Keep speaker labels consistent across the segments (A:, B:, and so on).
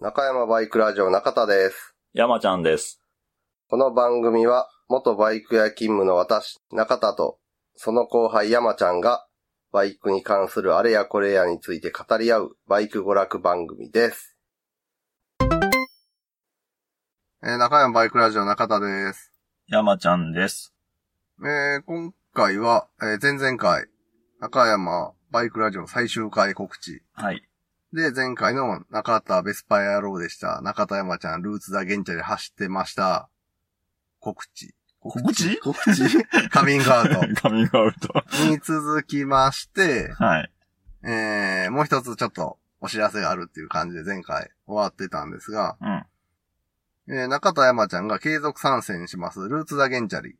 A: 中山バイクラジオ中田です。
B: 山ちゃんです。
A: この番組は、元バイク屋勤務の私、中田と、その後輩山ちゃんが、バイクに関するあれやこれやについて語り合う、バイク娯楽番組です。えー中山バイクラジオ中田です。
B: 山ちゃんです。
A: えー今回は、えー前々回、中山バイクラジオ最終回告知。
B: はい。
A: で、前回の中田ベスパイアローでした。中田山ちゃん、ルーツダゲンチャで走ってました。告知。
B: 告知
A: 告知 カミングアウト。
B: カミングアウト。
A: に続きまして、
B: はい。
A: えー、もう一つちょっとお知らせがあるっていう感じで前回終わってたんですが、
B: うん。
A: えー、中田山ちゃんが継続参戦します、ルーツ・ザ・ゲンチャリ。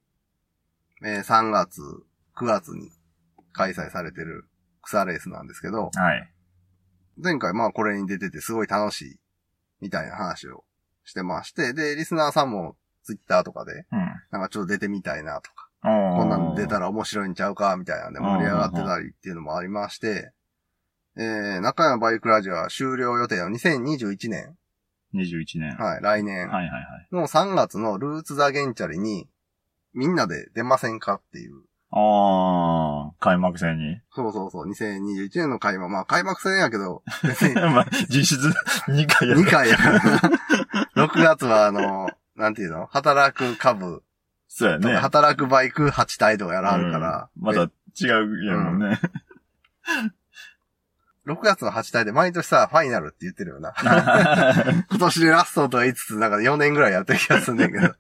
A: えー、3月、9月に開催されてる草レースなんですけど、
B: はい。
A: 前回まあこれに出ててすごい楽しい、みたいな話をしてまして、で、リスナーさんもツイッターとかで、なんかちょっと出てみたいなとか、
B: うん。
A: こんなん出た
B: ら。
A: ら面白いんちゃうか、みたいなんで盛り上がってたりっていうのもありまして、えー、中山バイクラジオは終了予定の2021年、
B: 21年。は
A: はい、来
B: い
A: 年
B: はいはい。
A: の3月のルーツザゲンチャリに、みんなで出ませんかっていう。
B: あー、開幕戦に。
A: そうそうそう、2021年の開幕、まあ開幕戦やけど、別に
B: まあ、実質2回やる
A: 2。回 やからな。6月はあの、なんていうの働く株
B: そうや
A: とか、
B: ね。
A: 働くバイク8体とかやらあるから、
B: うんまた違うやもんね。
A: 6月の8体で毎年さ、ファイナルって言ってるよ な。今年でラストとは言いつつ、なんか4年ぐらいやってる気がするんだけ ど。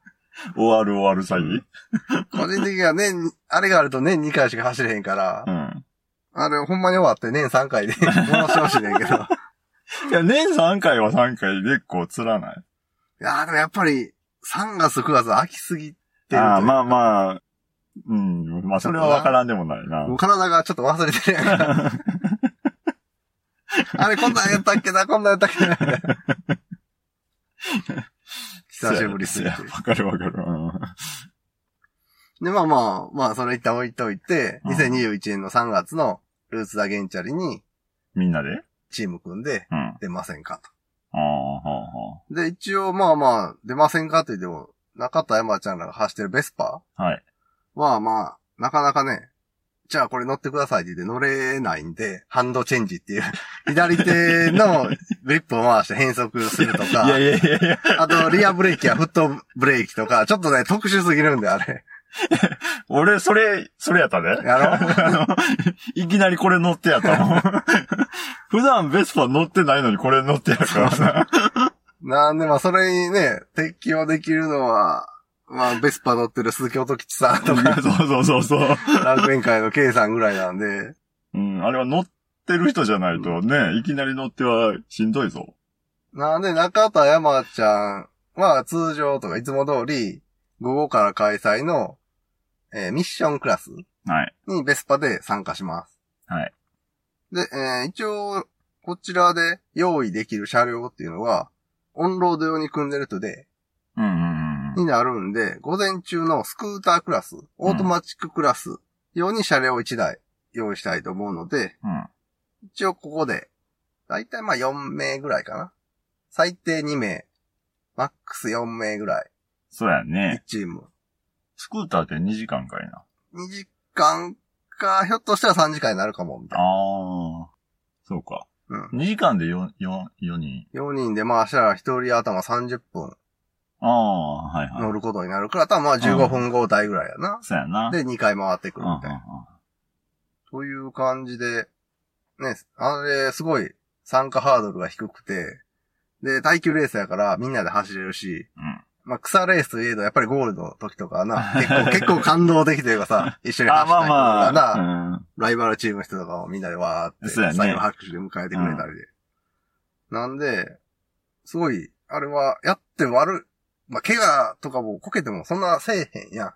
B: 終わる終わる詐欺。
A: 個人的には年に、あれがあると年2回しか走れへんから
B: う、ん。
A: あれほんまに終わって年3回で 戻してほしいねんけど。い
B: いや、年3回は3回結構つらない。
A: やーでもやっぱり、3月9月飽きすぎてる
B: ああ、
A: あ、
B: まあまあ、うん。まあ、それはわからんでもないな
A: もう。体がちょっと忘れてるやんかあれこんなんやったっけな、こんなんやったっけな。みたいな 久しぶりすぎて
B: そう。やわかるわかる。うん
A: で、まあまあ、まあ、それ一旦置いといて、
B: うん
A: 2021年の3月のルーツダゲンチャリに
B: みんなで
A: チーム組んで
B: うん。あ
A: 出ませんか
B: あ、は
A: と。で、一応まあまあ、出ませんかって言っても、中田山ちゃんらが走ってるベスパ
B: あ、はい。
A: はまあ、なかなかね、じゃあこれ乗ってくださいって言って乗れないんで、ハンドチェンジっていう、左手のグリップを回して変速すると
B: いや
A: か、
B: いやいやいや、
A: あとリアブレーキやフットブレーキとか、ちょっとね、特殊すぎるんで、あれ。
B: 俺、それ、それやったで。
A: やろ
B: あの いきなりこれ乗ってやった もん。普段ベスパ乗ってないのにこれ乗ってやるからな。
A: なんで、まあ、それにね、適用できるのは、まあ、ベスパ乗ってる鈴木音吉さんと か、
B: そうそうそうそう。
A: 楽園会の K さんぐらいなんで、
B: うん、あれは乗ってる人じゃないとね、いきなり乗ってはしんどいぞ。
A: なんで、中田山ちゃんは通常とかいつも通り、午後から開催の、えーミッションクラス
B: はい。
A: にベスパで参加します。
B: はい。
A: で、えー一応、こちらで用意できる車両っていうのは、オンロード用に組んでるとで、
B: うんうんうん。
A: になるんで、午前中のスクータークラス、オートマチッククラス用に車両1台用意したいと思うので、
B: うん。
A: 一応ここで、だいたいまあ4名ぐらいかな。最低2名、マックス4名ぐらい、
B: そうや
A: 1
B: ね。
A: チーム。
B: スクーターって2時間かいな。
A: 2時間か、ひょっとしたら3時間になるかも、みたいな。
B: ああ。そうか。
A: うん。
B: 2時間で4、4、4人。
A: 4人でまあしたら1人頭30分
B: ああ、はいはい。
A: 乗ることになるから、多分まあ15分後台ぐらいやな。
B: そうやな。
A: で、2回回ってく
B: う
A: る
B: んうんう
A: みた
B: ん
A: いな。という感じで、ね、あれ、すごい参加ハードルが低くて、で、耐久レースやからみんなで走れるし、
B: うん
A: まあ、草レースといえど、やっぱりゴールの時とかは な、結構、結構感動できてるかさ、一緒に走
B: あ、
A: っ
B: ま
A: たりと
B: あ
A: かな、
B: まあ。
A: ライバルチームの人とかもみんなでわーって、
B: そうやね
A: 最後拍手で迎えてくれたりで。なんで、すごい、あれは、やって悪い、まあ、怪我とかもこけてもそんなせえへんやん。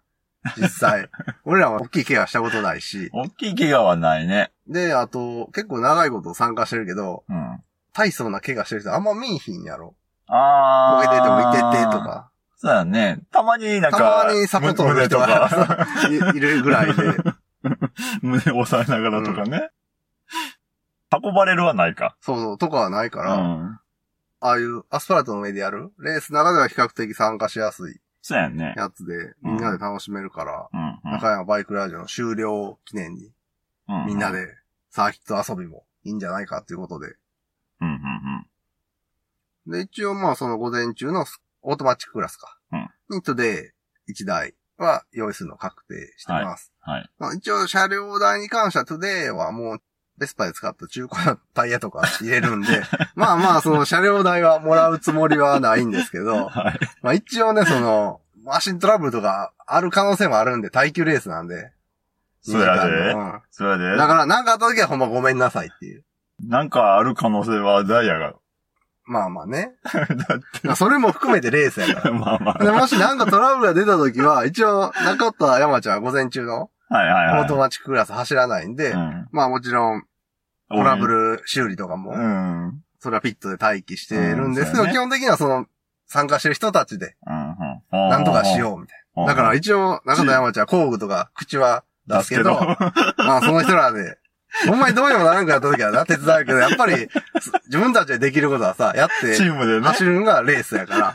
A: 実 際。俺らは大きい怪我したことないし。
B: うん。大きい怪我はないね。
A: で、あと、結構長いこと参加してるけど、
B: うん。
A: 大層な怪我してる人あんま見いひんやろ。
B: あ
A: こ
B: あ。
A: けててもいててと。か、
B: そうやね。たまになんか、
A: たまにサポートの
B: 胸
A: 人
B: と
A: が
B: か、
A: いいるぐ らいで。
B: 胸を押さえながら とかね。運ばれるはないか。
A: そうそう、とかはないか
B: う
A: ら、
B: ん。
A: ああいうアスファルトの上でやるレースの中では比較的参加しやすい
B: そうやんね。
A: やつで、
B: うん
A: みんなで楽しめるから、
B: うんうん
A: 中山バイクラジオの終了記念に、
B: うう
A: みんな。でサーキット遊びもいいんじゃないかということで。
B: うんうんうん。
A: で、一応まあその午前中のオートマチッククラスか。にトゥデイ1台は用意するの確定してます。
B: はい。
A: まあ、一応車両代に関してはトゥデイはもうベスパで使った中古のタイヤとか入れ るんで、まあまあその車両代はもらうつもりはないんですけど、
B: はい。
A: まあ一応ね、その、マシントラブルとかある可能性もあるんで、耐久レースなんで。
B: そうや
A: 二時
B: で。
A: 間の
B: そうやで
A: うん。だ。から、なんかあった時はほんまごめんなさいっていう。
B: なんかある可能性はダイヤが。
A: まあまあね。
B: だっ
A: まあそれも含めてレースやか
B: て、まあま
A: ら。でもしなんかトラブルが出た時は、一応、中田山ちゃんは午前中の
B: あ。はい
A: オ
B: はいはい。
A: ートマチッククラス走らないんで、
B: うん
A: まあもちろん、トラブ
B: ル。
A: ル修理とかも、
B: うん。うん
A: それはピットで待機してるんですけど、
B: うんそうやね
A: 基本的にはその、参加してる人たちで、
B: うん。
A: なんとかしようみたいな。だから一応、中田山ちゃんは工具とか口は
B: うん、
A: 出すけど、まあ、その人らで、ほんまにどうにもならんくなった時はな、手伝うけど、やっぱり、す自分たちでできることはさ、やっ
B: チ
A: て、
B: ームでね。
A: 走るのがレースやか
B: は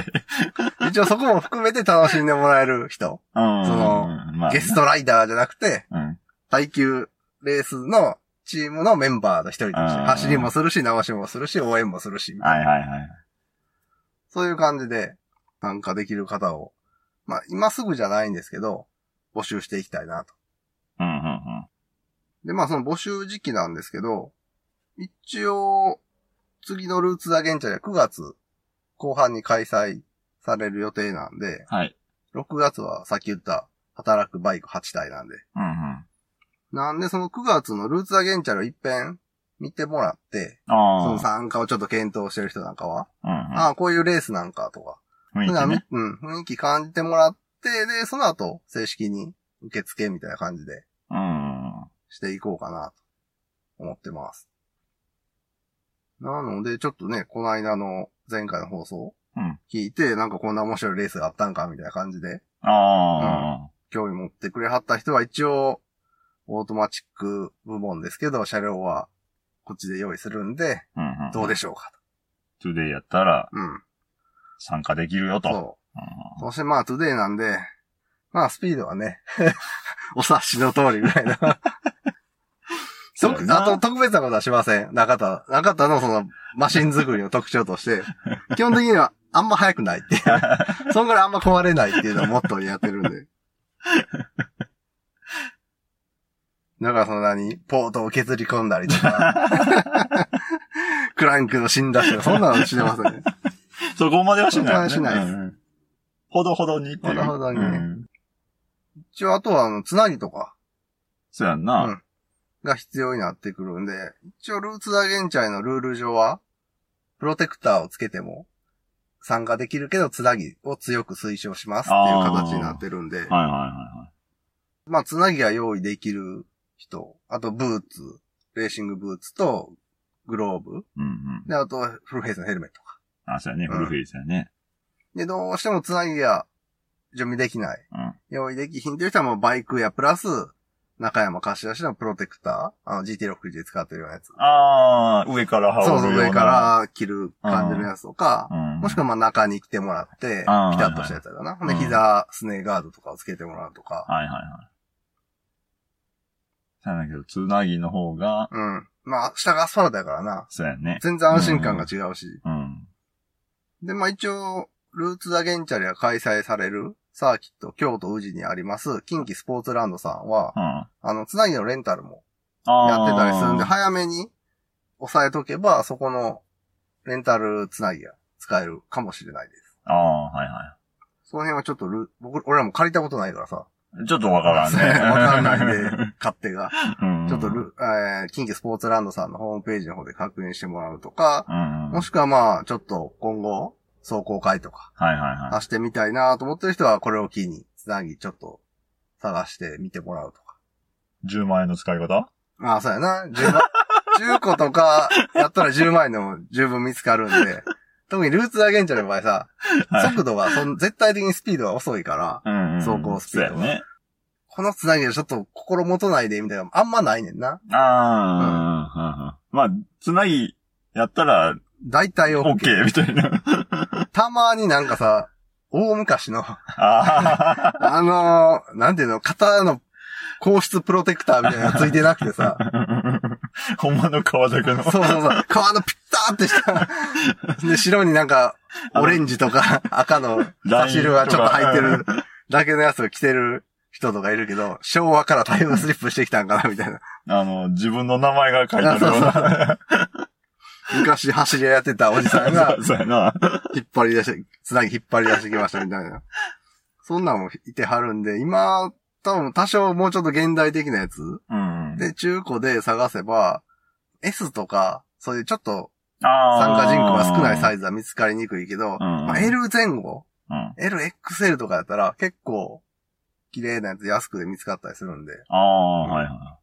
B: い。
A: ら、一応そこも含めて楽しんでもらえる人、
B: うん。
A: その
B: まあ
A: ゲストライダーじゃなくて、
B: うん。
A: 耐久レースのチームのメンバーの一人として、
B: うん
A: 走りもするし、直しもするし、応援もするし、
B: はいはいはい。
A: そういう感じで参加できる方を、まあ、今すぐじゃないんですけど、募集していきたいなと。
B: うんうんうん。
A: で、まあその募集時期なんですけど、一応、次のルーツダゲンチャリは9月後半に開催される予定なんで、
B: はい。
A: 6月はさっき言った働くバイク8体なんで。
B: うんうん。
A: なんでその9月のルーツダゲンチャリを一遍見てもらって、その
B: あ
A: 参加をちょっと検討してる人なんかは、
B: あ。
A: ああ、こういうレースなんかとか、
B: うんうん。
A: そ
B: 雰
A: ういうのは
B: 囲気
A: み
B: ね。
A: うん、雰囲気感じてもらって、で、その後正式に受付みたいな感じで
B: うん。
A: していこうかなと思ってます。なので、ちょっとね、この間の前回の放送
B: うん
A: 聞いて、なんかこんな面白いレースがあったんかみたいな感じで、
B: あ
A: 興味持ってくれはった人は一応、オートマチック部門ですけど、車両はこっちで用意するんで、
B: あ。うんうん。
A: どうで
B: し
A: しょうか
B: ょう ?today やったら
A: と。うん。
B: 参加できるよと。
A: そう。そしてまあ、トゥデイなんで、まあ、スピードはね、 お察しの通りぐらいな。
B: そうや
A: 特
B: な
A: あと、特別なことはしません。中田、中田のその、マシン作りの特徴と して、基本的にはあんま速くないっていう。そんぐらいあんま壊れないっていうのをモットーにやってるんで。だからその何ポートを削り込んだりとか、 クランクの死んだしとか、そんなのしてません。
B: そこまではしないよね。
A: そこまではしないです
B: うんうんほどほどにってい
A: ほ
B: う。
A: どほどにね
B: うん
A: 一応、あとは、あの、つなぎとか、
B: そうやんな。
A: うんが必要になってくるんで、一応ルーツダゲンチャイのルール上は、プロテクターをつけても参加できるけど、つなぎを強く推奨しますっていう形になってるんで、
B: はいはいは
A: まあ、つなぎが用意できる人、あとブーツ、レーシングブーツとグローブ、
B: い。うんうん。
A: で、あとフルフェイスのヘルメットか。
B: あ、そうやね。
A: うん
B: フルフェイスやね。
A: で、どうしてもつなぎが準備できない、
B: うん
A: 用意できひんという人はもうバイクやプラス、中山貸し出しのプロテクター、あの GT60 で使ってるようなやつ。
B: ああ、上から羽織る
A: そ
B: よ
A: う
B: うな。
A: そう、上から着る感じのやつとか、
B: うん。
A: もしくはまあ中に来てもらって、ピ
B: あー
A: タッとしたやつだな。ほんで、
B: うん
A: 膝、スネーガードとかをつけてもらうとか。
B: はいはいはい。そうやねんけど、つなぎの方が、
A: うん。まあ、下がアスファルトやからな。
B: そうやね。
A: 全然安心感が違うし。
B: うん。
A: で、まあ一応、ルーツダゲンチャリが開催されるサーキット、京都宇治にあります、近畿スポーツランドさんは
B: う、ん。あ
A: あの、つなぎのレンタルも
B: あ。
A: やってたりするんで、早めに押さえとけば、そこのレンタルつなぎが使えるかもしれないです。
B: ああ、はいは
A: その辺はちょっとル、僕、俺らも借りたことないからさ。
B: い。ちょっとわからんね。
A: わかん ないんで、勝手が。
B: うん。
A: ちょっとル、えー近畿スポーツランドさんのホームページの方で確認してもらうとか、
B: うん。
A: もしくはまあ、ちょっと今後、走行会とか、
B: はいはいはい。
A: 出してみたいなと思ってる人は、これを機に、つなぎちょっと探してみてもらうとか。
B: 10万円の使い方
A: まあ、そうやな。10万 10個とか、やったら10万円でも十分見つかるんで、特にルーツアゲンチャーの場合さ、
B: はい
A: 速度がそん、絶対的にスピードが遅いから、
B: うんうん。
A: 走行スピード
B: そうやね。
A: このつなぎはちょっと心もとないで、みたいな、あんまないねんな。
B: ああ、うんうんうんまあ、つなぎやったら、
A: 大体 OK。
B: OK みたいな。
A: たまになんかさ、大昔 の、
B: あ
A: あのーなんていうの、肩の硬質プロテクターみたいなのついてなくてさ、
B: あ。 ほんまの川だけの。
A: そうそうそう、革のピッターってした。 で、白になんか、オレンジと か赤の差し色がちょっと入ってるだけのやつを着てる人とかいるけど、昭和からタイムスリップしてきたんかなみたいな。
B: あの、自分の名前が書いてあるような。
A: 昔走り屋やってたおじさんが
B: そうそうやな。
A: 引っ張り出して、つなぎ引っ張り出してきましたみたいな。そんなんもいてはるんで、今、多分多少もうちょっと現代的なやつ
B: うん。
A: で、中古で探せば、S とか、そういうちょっと参
B: 参
A: 加人口が少ないサ
B: イズ。
A: イズは見つかりにくいけど、
B: うん
A: まあ、L 前後、
B: うん。
A: LXL とかやったら結構綺麗なやつ安くで見つかったりするんで、
B: ああ、はいは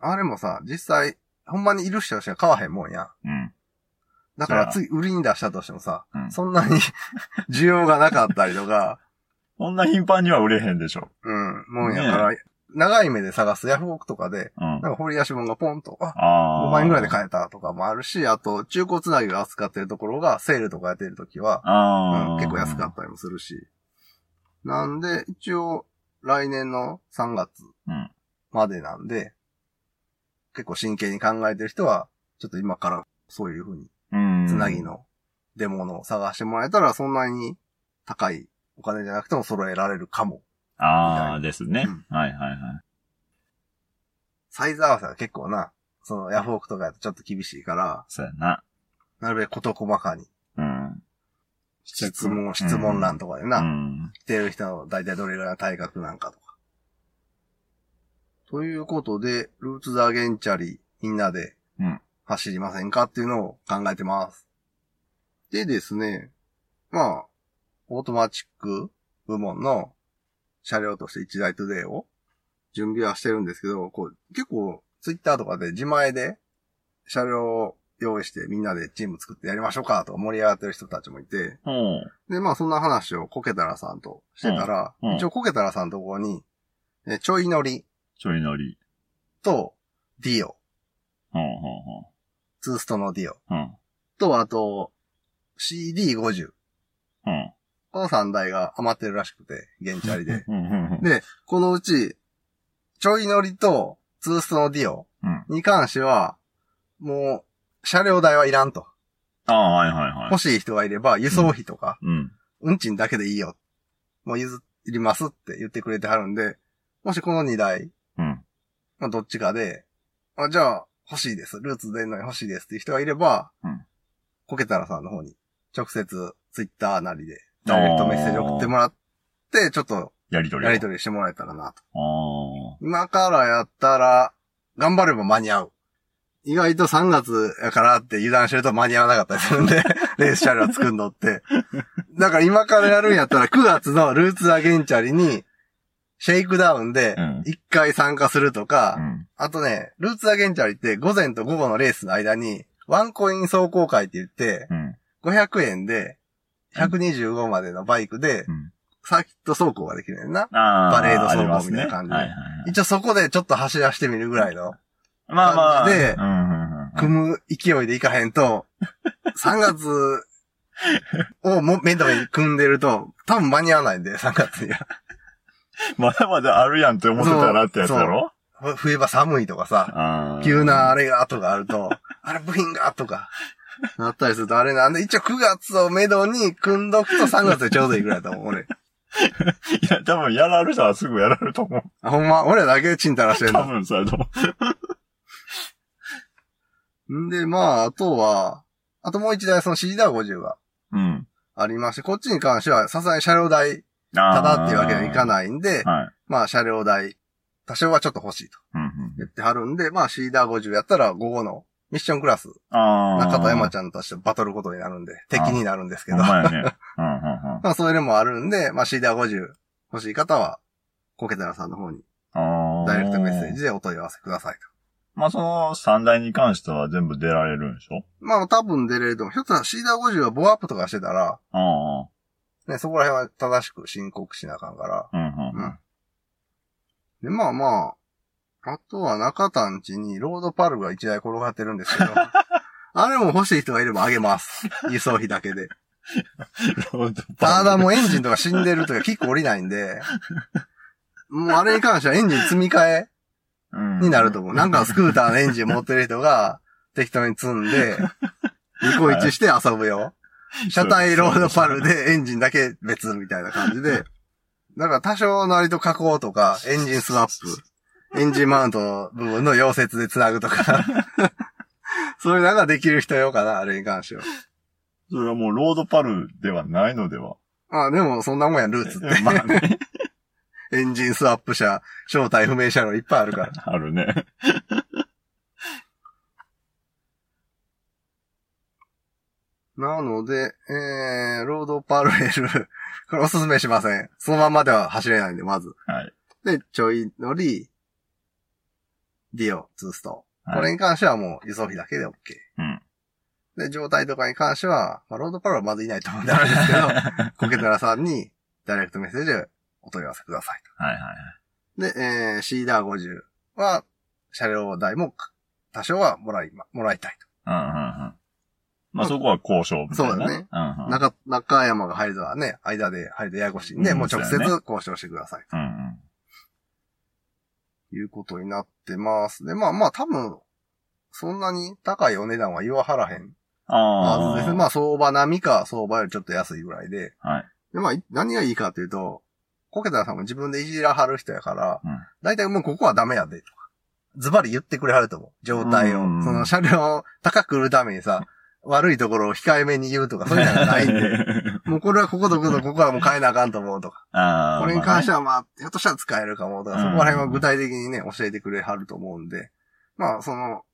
A: あれもさ、実際、ほんまにいる人しか買わへんもんや。
B: い。うん。
A: だから
B: そ
A: 次売りに出したとしてもさ、
B: うん
A: そんなに 需要がなかったりとか、
B: そんな頻繁には売れへんでしょ。
A: うん、もんやから、長い目で探すヤフオクとかで、
B: うん。
A: なんか掘り出し物がポンと、あ、
B: ああ。
A: 5万円ぐらいで買えたとかもあるし、あと、中古つなぎを扱ってるところがセールとかやってるときは、
B: あ
A: うん
B: あ。
A: 結構安かったりもするし。なんで、一応、来年の3月
B: うん
A: までなんで、結構真剣に考えてる人は、ちょっと今からそういう風に、
B: うん。
A: つなぎ。の出物を探してもらえたら、そんなに高いお金じゃなくても揃えられるかも。
B: ああ、ですね。
A: うん
B: はいはいはい。
A: サイズ合わせは結構な、そのヤフオクとかやとちょっと厳しいから、
B: そうやな。
A: なるべく事細かに、
B: うん。
A: 質問、質問欄とかでな、
B: うん。
A: 来てる人の大体どれぐらいの体格なんかとか。ということで、ルーツザーゲンチャリ、みんなで
B: うん、
A: 走りませんかっていうのを考えてます。でですね、まあ、オートマチック部門の車両として一台トゥデイを準備はしてるんですけど、こう、結構、ツイッターとかで自前で車両を用意してみんなでチーム作ってやりましょうかとか盛り上がってる人たちもいて、
B: おう
A: で、まあそんな話をコケタラさんとしてたら、
B: うんうん
A: 一応コケタラさんのところに、えちょい乗り
B: ちょい乗り。
A: とディオ、
B: うん、うん、
A: ツーストのディオ
B: うん。
A: と、あと CD50。
B: うん。
A: この3台が余ってるらしくて、現地あり で。
B: うん、うん、うん。
A: で、このうち、ちょい乗りとツーストのディオ
B: うん
A: に関しては、もう、車両代はいらんと。
B: ああ、はいはいはい。
A: 欲しい人がいれば、輸送費とか、
B: うん。
A: 運賃だけでいいよ。もう譲りますって言ってくれてはるんで、もしこの2台、
B: うん。
A: まあ、どっちかで、あ、じゃあ、欲しいです。ルーツ出んのに欲しいですっていう人がいれば、
B: うん
A: コケタラさんの方に、直接、ツイッターなりで、ダイレクトメッセージ送ってもらって、ちょっと、
B: やりとりを。
A: やりとりしてもらえたらなと。
B: ああ。
A: 今からやったら、頑張れば間に合う。意外と3月やからって油断してると間に合わなかったりするん で、レースチャリを作るのって。だから今からやるんやったら9月のルーツアゲンチャリに、シェイクダウンで
B: うん、
A: 1回参加するとか、
B: うん。
A: あとね、ルーツアゲンチャリって午前と午後のレースの間に、ワンコイン走行会って言って、
B: うん。
A: 500円で、125までのバイクで
B: う、ん。
A: サーキット走行ができるねんな。
B: ああ。
A: パレード走行
B: あります
A: みたい
B: ね
A: な感じで
B: はいはいはい。
A: 一応そこでちょっと走らしてみるぐらいの、
B: まあまあ。
A: 感じで
B: うん、うん、うん。
A: 組む勢いでいかへんと、3月をも、めどに組んでると、多分間に合わないんで、3月には。
B: まだまだあるやんって思ってたらってやつだろ
A: ふ冬場寒いとかさ、
B: ああ。
A: 急なあれが、とかあると、あれ部品が、とか、なったりするとあれなんで、一応9月をめどに組んどくと3月でちょうどいいぐらいだと思う、俺。
B: いや、多分やられる人はすぐやられると思う。
A: あほんま、俺らだけチンタラしてる
B: 多
A: の。
B: 分そうやと思
A: んで、まあ、あとは、あともう一台そのシーダー50が
B: う。うん。
A: ありまして、こっちに関しては、さすがに車両代、ただっていうわけにはいか
B: い。
A: ないんで、
B: はい。
A: まあ、車両代、多少はちょっと欲しいと
B: うんうん。
A: 言ってはるんで、まあ、シーダー50やったら午後のミッションクラス、
B: ああ。
A: 中田山ちゃんとしてバトルことになるんで、敵になるんですけど、
B: ほ
A: ま
B: んまやね。うんうんうん。
A: あ、それでもあるんで、まあ、シーダー50欲しい方は、コケテラさんの方に、
B: ああ。
A: ダイレクトメッセージでお問い合わせくださいと。
B: まあその三台に関しては全部出られるんでしょ
A: まあ、多分出れると思う。ひょっとしたらシーダー50はボアアップとかしてたら、
B: あ
A: ね、そこら辺は正しく申告しなあかんから。
B: あ。うんうん
A: うん。で、まあまあ、あとは中田んちにロードパルが一台転がってるんですけど、あれも欲しい人がいればあげます。輸送費だけで。
B: ロード
A: ただ
B: ン
A: もうエンジンとか死んでるとかキック降りないんで、もうあれに関してはエンジン積み替え
B: うん
A: になると 思う。なんかスクーターのエンジン持ってる人が適当に積ん で、ニコイチして遊ぶよ。車体ロードパルでエンジンだけ別みたいな感じで、だから多少なりと加工とか、エンジンスワップ、エンジンマウントの部分の溶接で繋ぐと か、そういうのができる人用かな、あれに関しては。
B: それはもうロードパルではないので は。
A: まあでもそんなもんや、ルーツって。
B: まあね、
A: エンジンスワップ車、正体不明車のいっぱいあるから。
B: あるね。
A: なので、えー、ロードパルレル、 これおすすめしません。そのまんまでは走れないんで、まず。
B: はい。
A: で、ちょい乗り、ディオ、ツースト。
B: はい
A: これに関してはもう輸送費だけで OK。
B: うん。
A: で、状態とかに関しては、まあ、ロードパルはまずいないと思うんであれですけど、 コケトラさんにダイレクトメッセージでお問い合わせください
B: はいはい
A: と。で、えー、シーダー50は、車両代も多少はもらいま、もらいたい
B: はい。うんうんうん。まあそこは交渉みたいな。
A: そうだね。
B: うん
A: と。
B: うん。
A: 中、中山が入るとはね、間で入るとややこしいんで、
B: うん
A: もう直
B: そ
A: 接
B: うだね
A: 交渉してください。
B: うんうん。
A: ということになってます。で、まあまあ多分、そんなに高いお値段は言わはらへん
B: あ
A: は
B: あ。
A: ずですね。まあ相場並みか相場よりちょっと安いぐらいで。
B: はい。
A: で、まあ、い何がいいかというと、コケタさんも自分でいじらはる人やから、
B: うん
A: だいたいもうここはダメやで、とか。ズバリ言ってくれはると思う。状態を。
B: うん
A: その車両を高く売るためにさ、悪いところを控えめに言うとか、そういうのが ないんで。 もうこれはこことこことここはもう変えなあかんと思うとか。
B: ああ。
A: これに関しててはまあ、ひょっとしたら使えるかもとか、
B: うん
A: そこら辺は具体的にね、教えてくれはると思うんで。まあ、その、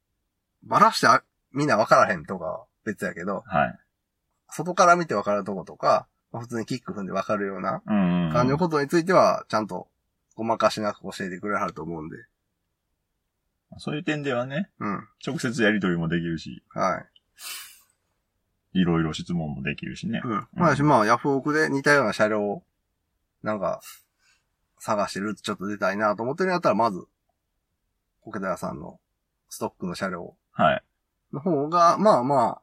A: ばらしてあみんなわからへんとかは別やけど、
B: はい。
A: 外から見てわかるとことか、まあ普通にキック踏んでわかるような、
B: うんうん。
A: 感じのことについては、ちゃんと、ごまかしなく教えてくれはると思うんで。
B: そういう点ではね、
A: うん。
B: 直接やりとりもできるし、
A: はい。
B: いろいろ質問もできるしね。
A: うん。まあ、まあ、ヤフオクで似たような車両を、なんか、探してるちょっと出たいなと思ってるんやったら、まず、コケダヤさんのストックの車両
B: はい。
A: の方が、まあまあ、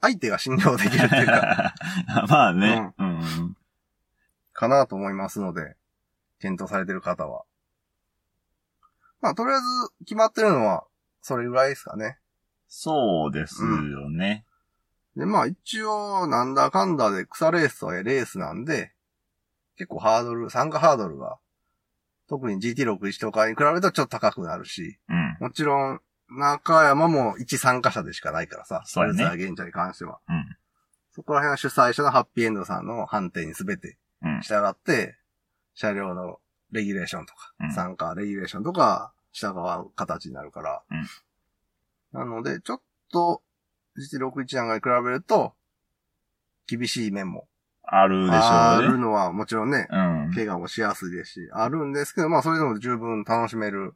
A: 相手が信用できるっていう か、
B: まあね。うんうん。
A: かなと思いますので、検討されてる方は。まあ、とりあえず、決まってるのは、それぐらいですかね。
B: そうですよね。
A: で、まあ一応、なんだかんだで草レースとはいえレースなんで、結構ハードル、参加ハードルが、特に GT61 とかに比べるとちょっと高くなるし、
B: うん。
A: もちろん、中山も一参加者でしかないからさ、
B: そうやね
A: ルーザー現者に関しては。
B: うん
A: そこら辺は主催者のハッピーエンドさんの判定に全て
B: うん。
A: 従って、車両のレギュレーションとか、
B: うん
A: 参加レギュレーションとか、従う形になるから。
B: うん
A: なので、ちょっと、GT61 なんかに比べると、厳しい面も
B: あるでし
A: あ
B: ょう
A: る
B: ね。
A: のはもちろんね、
B: うん。
A: 怪我もしやすいですし、あるんですけど、まあそれでも十分楽しめる、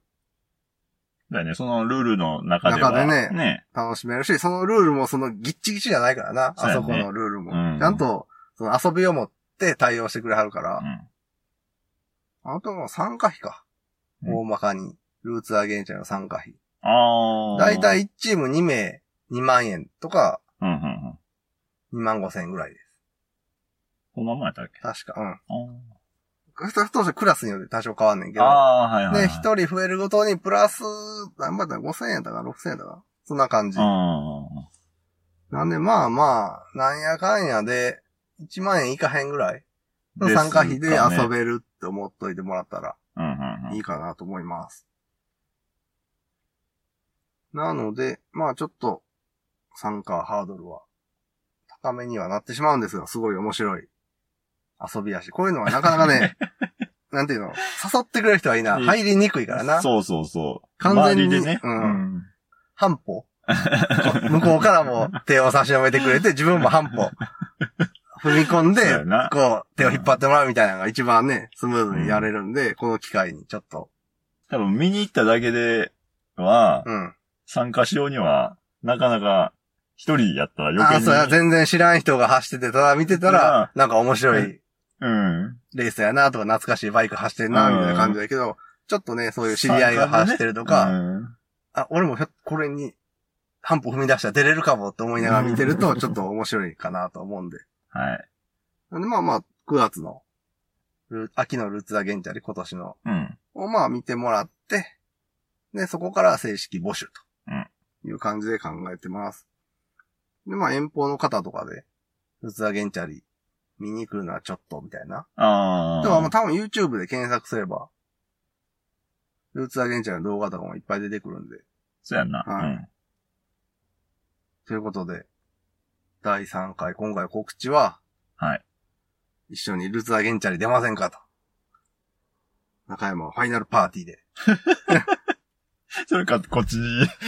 B: だよね、そのルールの中では。
A: 中でね
B: ね。
A: 楽しめるし、そのルールもそのギッチギチじゃないからな、
B: そう
A: あ
B: やね
A: そこのルールも。
B: うん
A: ちゃんと、その遊びを持って対応してくれはるから
B: う、ん。
A: あともう参加費か。
B: うん
A: 大まかに。ルーツアゲンチャーの参加費。
B: ああ。
A: だいた。い1チーム2名、2万円とか、
B: うんうんうん。
A: 2万5千円ぐらいです。
B: このままやったっけ
A: 確か。うん。
B: あ
A: ふとしてクラスによって多少変わんねんけ
B: ー
A: ど。
B: あー、はいはいは
A: で、
B: い。
A: 1人増えるごとに、プラス、何倍だ5千円やったか、6千円やったか。そんな感じ。
B: あ
A: なんで、まあまあ、なんやかんやで、1万円いかへんぐらいの
B: あ。
A: 参加費で遊
B: べ。
A: べるって思っといてもらったら
B: うんうん
A: い
B: うん。
A: いかなと思います。なので、まあちょっと、参加ハードルは高めにはなってしまうんですが、すごい面白い遊びやし、こういうのはなかなか ね、なんていうの、誘ってくれる人はいいな、
B: いい
A: 入りにくいからな、
B: そうそうそう。
A: 完全に
B: 周りでね。
A: うん。半歩。向こうからも手を差し伸べてくれて、自分も半 歩。踏み込んで
B: そうやな、
A: こう、手を引っ張ってもらうみたいなのが一番ね、スムーズにやれるんで、この機会にちょっと、
B: 多分見に行っただけでは、
A: うん。
B: 参加しようには、なかなか、一人やったら余計
A: あ、
B: に。
A: そうや、全然知らん人が走ってて、ただ見てたら、なんか面白い
B: うん。
A: レースやなとか、懐かしいバイク走ってんな、みたいな感じだけど、ちょっとね、そういう知り合いが走ってると
B: う
A: か、
B: ん。
A: あ、俺もひょこれに半歩踏み出したら出れるかもって思いながら見てると、ちょっと面白いかなと思うんで。
B: はい。
A: なんでまあまあ、9月の、ル秋のルーツアゲンチャリ今年の、
B: うん。
A: をまあ見てもらって、で、そこから正式募集と
B: うん。
A: いう感じで考えてます。で、まあ遠方の方とかで、ルーツアゲンチャリ見に来るのはちょっとみたいな。
B: ああ。
A: でもまあ多分 YouTube で検索すれば、ルーツアゲンチャリの動画とかもいっぱい出てくるんで。
B: そうやんな。
A: はいということで、第3回、今回告知は、
B: はい。
A: 一緒にルーツアゲンチャリ出ませんかと。中山、ファイナルパーティーで。
B: うん。それか、こっち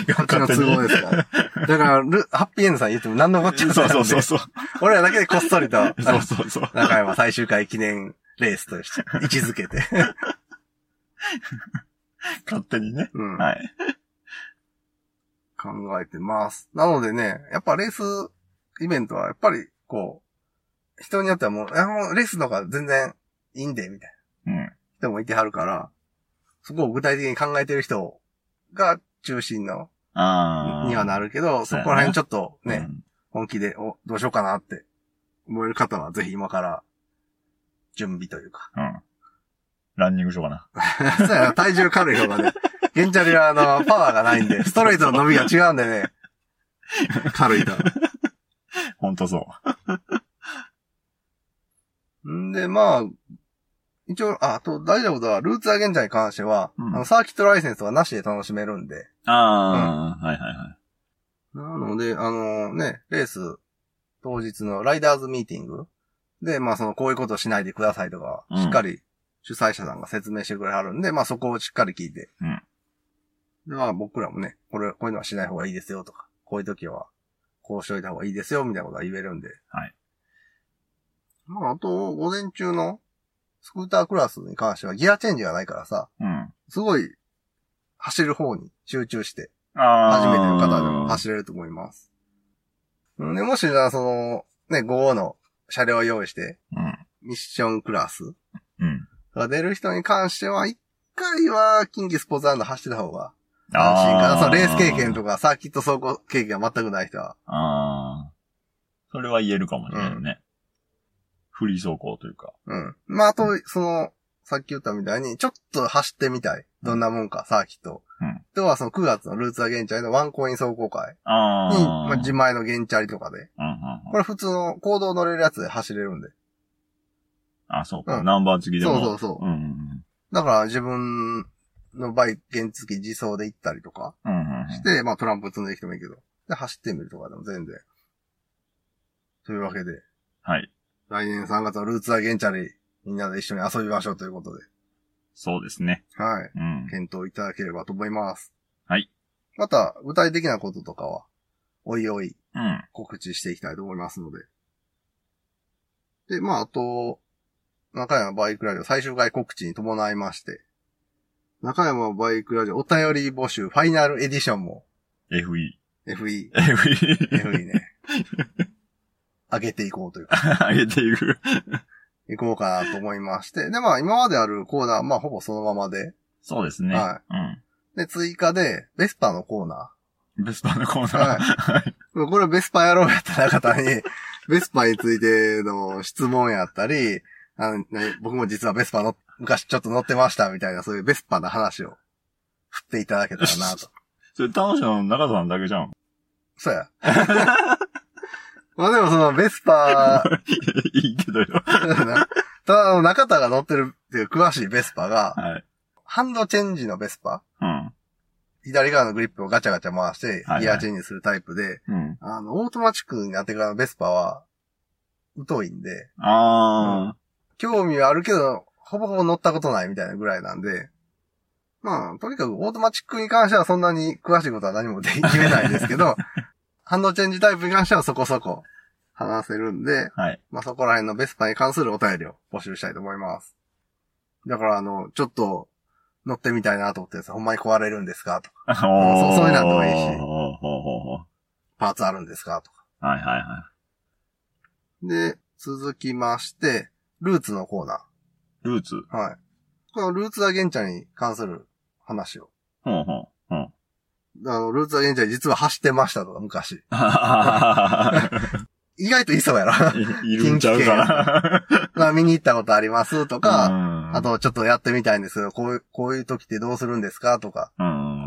B: が
A: こっちの
B: 勝手に
A: 都合ですから。だから、ル、ハッピーエンドさん言っても何のこっちゃないんで
B: そうそうそうそう。
A: 俺らだけでこっそりと、あ
B: そ
A: の
B: うそうそう。
A: 中山最終回記念レースとして、位置づけて。
B: 勝手にね。
A: うん。
B: はい。
A: 考えてます。なのでね、やっぱレースイベントは、やっぱり、こう、人によってはもう、いやもうレースとか全然いいんで、みたい
B: うん。
A: な人もいてはるから、そこを具体的に考えてる人が中心の、
B: ああ。
A: にはなるけど、そ
B: そうやね
A: こら辺ちょっとね、
B: うん。
A: 本気で、お、どうしようかなって思える方は、ぜひ今から、準備というか。
B: うん。ランニングしようかな。
A: そうやな体重軽い方がね、ゲンチャリはあの、パワーがないんで、ストレートの伸びが違うんでね、軽いと。
B: ほんとそ
A: んで、まあ、一応、あ、あと大丈夫だ。ルーツアゲンチャリに関しては、
B: うん
A: あのサーキットライセンスはなしで楽しめるんで。
B: う。ああ、はいはいはい。
A: なので、あのね、レース、当日のライダーズミーティングで、まあその、こういうことしないでくださいとか、
B: うん
A: しっかり主催者さんが説明してくれはるんで、まあそこをしっかり聞いて。
B: うん
A: で、まあ僕らもね、これ、こういうのはしない方がいいですよとか、こういう時は、こうしといた方がいいですよ、みたいなことは言えるんで。
B: はい。
A: まああと、午前中のスクータークラスに関してはギアチェンジがないからさ、
B: うん。
A: すごい、走る方に集中して、
B: あ
A: 初めての方でも走れると思います。うんで、もしな、その、ね、5の車両を用意して、
B: うん。
A: ミッションクラス
B: うん。
A: が出る人に関しては、一回は、近畿スポーツランド走ってた方が安心か
B: あ
A: な。そのレース経験
B: か。
A: とか、サーキット走行経験が全くない人は。
B: ああ。それは言えるかもしれないね。フリー走行というか。
A: うん。まあ、あと、その、さっき言ったみたいに、ちょっと走ってみたい。どんなもんか、サーキット。
B: うん
A: とは、その9月のルーツアゲンチャリのワンコイン走行会
B: あ
A: に、
B: あ。
A: まあ、自前のゲンチャリとかで。
B: うんうんう
A: こ
B: ん。
A: れ普通の行動乗れるやつで走れるんで。
B: あ、そうか。
A: うん
B: ナンバー付きでも。。
A: そうそうそう
B: うんうん
A: だから自分のバイク原付き自走で行ったりとか
B: うん。うんうんうん
A: して、まあトランプ積んできてもいいけど、で、走ってみるとかでも全然。というわけで、
B: はい。
A: 来年3月のルーツアゲンチャリ、みんなで一緒に遊びましょうということで、
B: そうですね。
A: はい。
B: うん。
A: 検討いただければと思います。
B: はい。
A: また、具体的なこととかは、おいおい
B: うん。
A: 告知していきたいと思いますので。で、まあ、あと、中山バイクラジオ最終回告知に伴いまして、中山バイクラジオお便り募集ファイナルエディションも
B: FE。
A: FE、
B: FE。
A: FE ね、上げていこうというか、
B: 上げていく。
A: いこうかなと思いまして、で、まあ、今まであるコーナー、まあ、ほぼそのままで、
B: そうですね。
A: はで、追加で、ベスパのコーナー、
B: うん。ベスパのコーナー。はい。
A: まあこれベスパやろうやった方に、ベスパについての質問やったり、あの、ね僕も実はベスパの、昔ちょっと乗ってましたみたいな、そういうベスパの話を振っていただけたら なと。
B: それ楽しいの中田さんだけじゃ ん。
A: そうや。まあでもそのベスパ、
B: いいけどよ。
A: ただあの中田が乗ってるっていう詳しいベスパが、
B: はい。
A: ハンドチェンジのベスパ
B: うん。
A: 左側のグリップをガチャガチャ回して
B: はいは、い
A: ギアチェンジするタイプで、
B: うん。
A: あの、オートマチックになってからのベスパは、疎いんで、
B: あ
A: 興味はあるけど、ほぼほぼ乗ったことないみたいなぐらいなんで、まあ、とにかくオートマチックに関してはそんなに詳しいことは何もで言えないですけど、ハンドチェンジタイプに関してはそこそこ話せるんで、
B: あ。はい。
A: まあそこら辺のベスパに関するお便りを募集したいと思います。だからあの、ちょっと乗ってみたいなと思ってるやつほんまに壊れるんですかとか、
B: おー
A: そうそういうのもいいし
B: ほうほうほうほ
A: パーツあるんですかとか。
B: うはいはいは
A: で、続きまして、ルーツのコーナ
B: い。ルーツ。
A: ー。はい。このルーツアゲンチャに関する話を
B: ほうほう。ほう。
A: あの、ルーツはエンジャー実は走ってましたとか、昔。意外といそうやろ。
B: いいるんちゃうか
A: まあ見に行ったことありますと
B: な。
A: か、
B: うん
A: あ、とちょっとやってみたいんですけど、こういう、こういう時ってどうするんですかとか、
B: うん。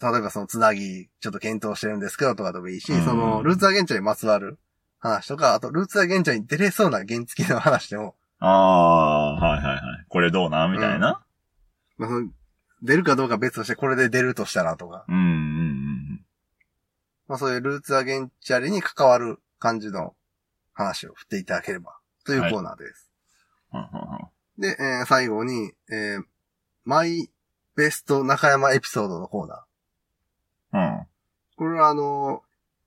A: 例えばそのつなぎ、ちょっと検討してるんですけどとかでもいいし、
B: うん
A: その、ルーツアゲンチャーにまつわる話とか、あと、ルーツアゲンチャーに出れそうな原付きの話でも、
B: ああ、はいはいはい。これどうなみたいな。
A: まあその、出るかどうか別として、これで出るとしたらとか、
B: うん、うん、うん。
A: まあそういうルーツアゲンチャリに関わる感じの話を振っていただければ、というコーナーです。
B: うんうん
A: で、えー最後に、えーマイベスト中山エピソードのコーナー。
B: うん。うん
A: これはあの、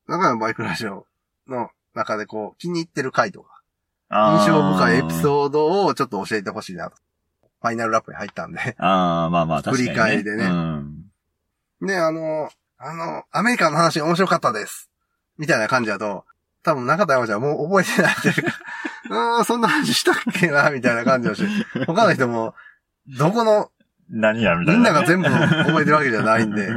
A: 中山バイクラジオの中でこう、気に入ってる回とか、
B: あー
A: 印象深いエピソードをちょっと教えてほしいなと。ファイナルラップに入ったんで。
B: ああ、まあまあ、確かに、
A: 振
B: ね。
A: り返りでね
B: うん。
A: で、あの、あの、アメリカの話面白かったです。みたいな感じだと、多分中田山ちゃんもう覚えてないという か、うーん、そんな話したっけな、みたいな感じだし、他の人も、どこの、
B: 何やみた
A: み
B: いな、
A: んなが全部覚えてるわけじゃないん で、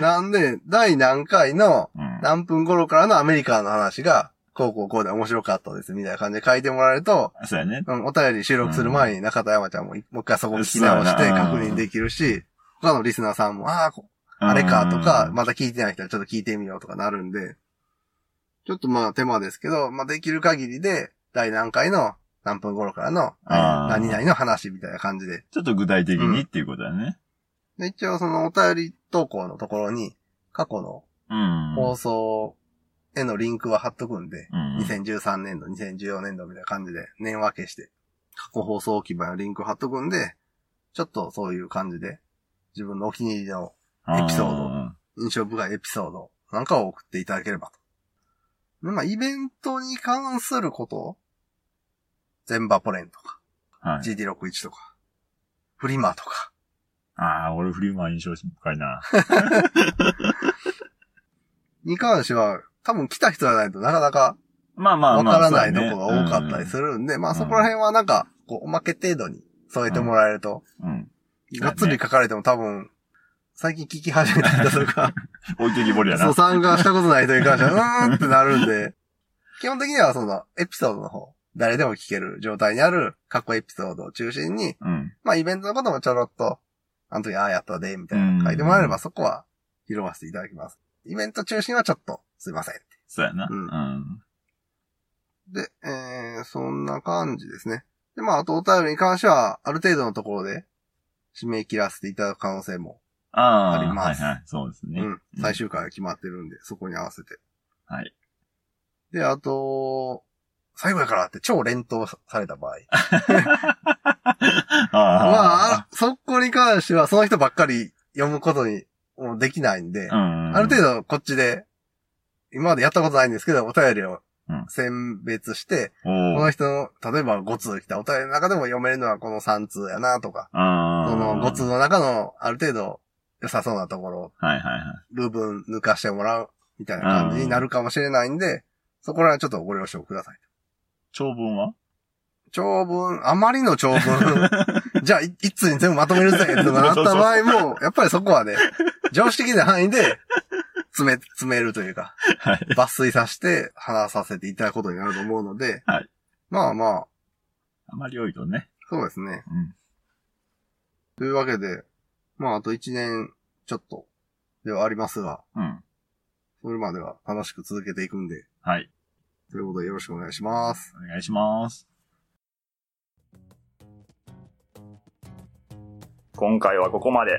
A: なんで、第何回の
B: うん。
A: 何分頃からのアメリカの話が、こうこうこうで面白かったですみたいな感じで書いてもらえると、
B: そうやね。
A: うん、お便り収録する前に中田山ちゃんもいもう一回そこ聞き直して
B: そうやな
A: 確認できるし、他のリスナーさんも、ああ、こあれかとか、まだ聞いてない人はちょっと聞いてみようとかなるんで、ちょっとまあ手間ですけど、まあできる限りで、第何回の何分頃からの、
B: あー
A: 何々の話みたいな感じで。
B: ちょっと具体的にっていうことだね。
A: で、一応そのお便り投稿のところに、過去の
B: うん。
A: 放送へのリンクは貼っとくんで、
B: うん
A: 2013年度、2014年度みたいな感じで年分けして、過去放送置き場のリンク貼っとくんで、ちょっとそういう感じで、自分のお気に入りのエピソード
B: あ
A: 印象深いエピソードなんかを送っていただければと。で、まあ、イベントに関すること全バポレンとか、
B: ーはい。
A: GD61 とか、フリマとか、
B: ああ、俺フリーマン印象深いな。
A: に関しては、多分来た人じゃないとなかなか
B: まあまあ
A: わ
B: まあ。
A: からないと
B: そうやね
A: こが多かったりす。るんで、まあ
B: うん
A: そこら辺はなんか、こう、おまけ程度に添えてもらえると、
B: うん。うん
A: がっつり書かれても多分、最近聞き始めた人とか、
B: 置いて きぼりや
A: そ
B: な
A: う、。参加したことない人に関しては、うーんってなるんで、基本的にはその、エピソードの方、誰でも聞ける状態にある過去エピソードを中心に、
B: うん。
A: まあイベントのこともちょろっと、あの時ああやったで、みたいなの書いてもらえれば、そこは広ませていただきます。イベント中心はちょっと、すいません。
B: そうやな。
A: う
B: うんん。
A: で、えー、そんな感じですね。で、まあ、あとお便りに関しては、ある程度のところで、締め切らせていただく可能性も、
B: あ
A: あり
B: あ、は
A: ま
B: い
A: す
B: はい。そうですね
A: う。ん、最終回が決まってるんで、そこに合わせて。
B: はい。
A: で、あと、最後やからって超連投された場合。
B: ああ
A: まあ、あそこに関しては、その人ばっかり読むことに、もうできないんで、
B: うん。
A: ある程度こっちで、今までやったことないんですけど、お便りを
B: うん
A: 選別して、
B: 度。
A: こ
B: お
A: の
B: ー
A: 人の、例えば5通来たお便りの中でも読めるのはこの3通やなとか、
B: ああ。
A: その5つの中のある程度良さそうなところを
B: はいはいはい。
A: 部分抜かしてもらうみたいな感じになるかもしれないんで、そこらはちょっとご了承ください。
B: 長文は
A: 長文、あまりの 長文、じゃあい一通に全部まとめるぜとかなった場合 も、やっぱりそこはね、常識的な範囲で詰め、詰めるというか、
B: はい。
A: 抜粋させて話させていただくことになると思うので、
B: はい
A: まあまあ、
B: あまり多いとね。
A: そうですね。
B: うん。
A: というわけで、まああと1年ちょっとではありますが、
B: うん。
A: それまでは楽しく続けていくんで、
B: はい。
A: ということでよろしくお願いします。
B: お願いします。今回はここまで。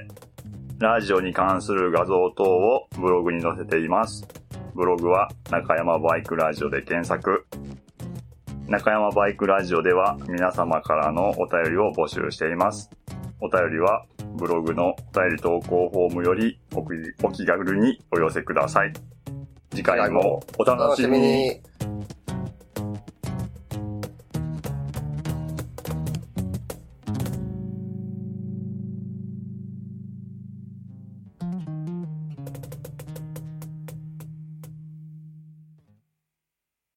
B: ラジオに関する画像等をブログに載せています。ブログは中山バイクラジオで検索。中山バイクラジオでは皆様からのお便りを募集しています。お便りはブログのお便り投稿フォームよりお気お気軽にお寄せください。次回もお楽しみに。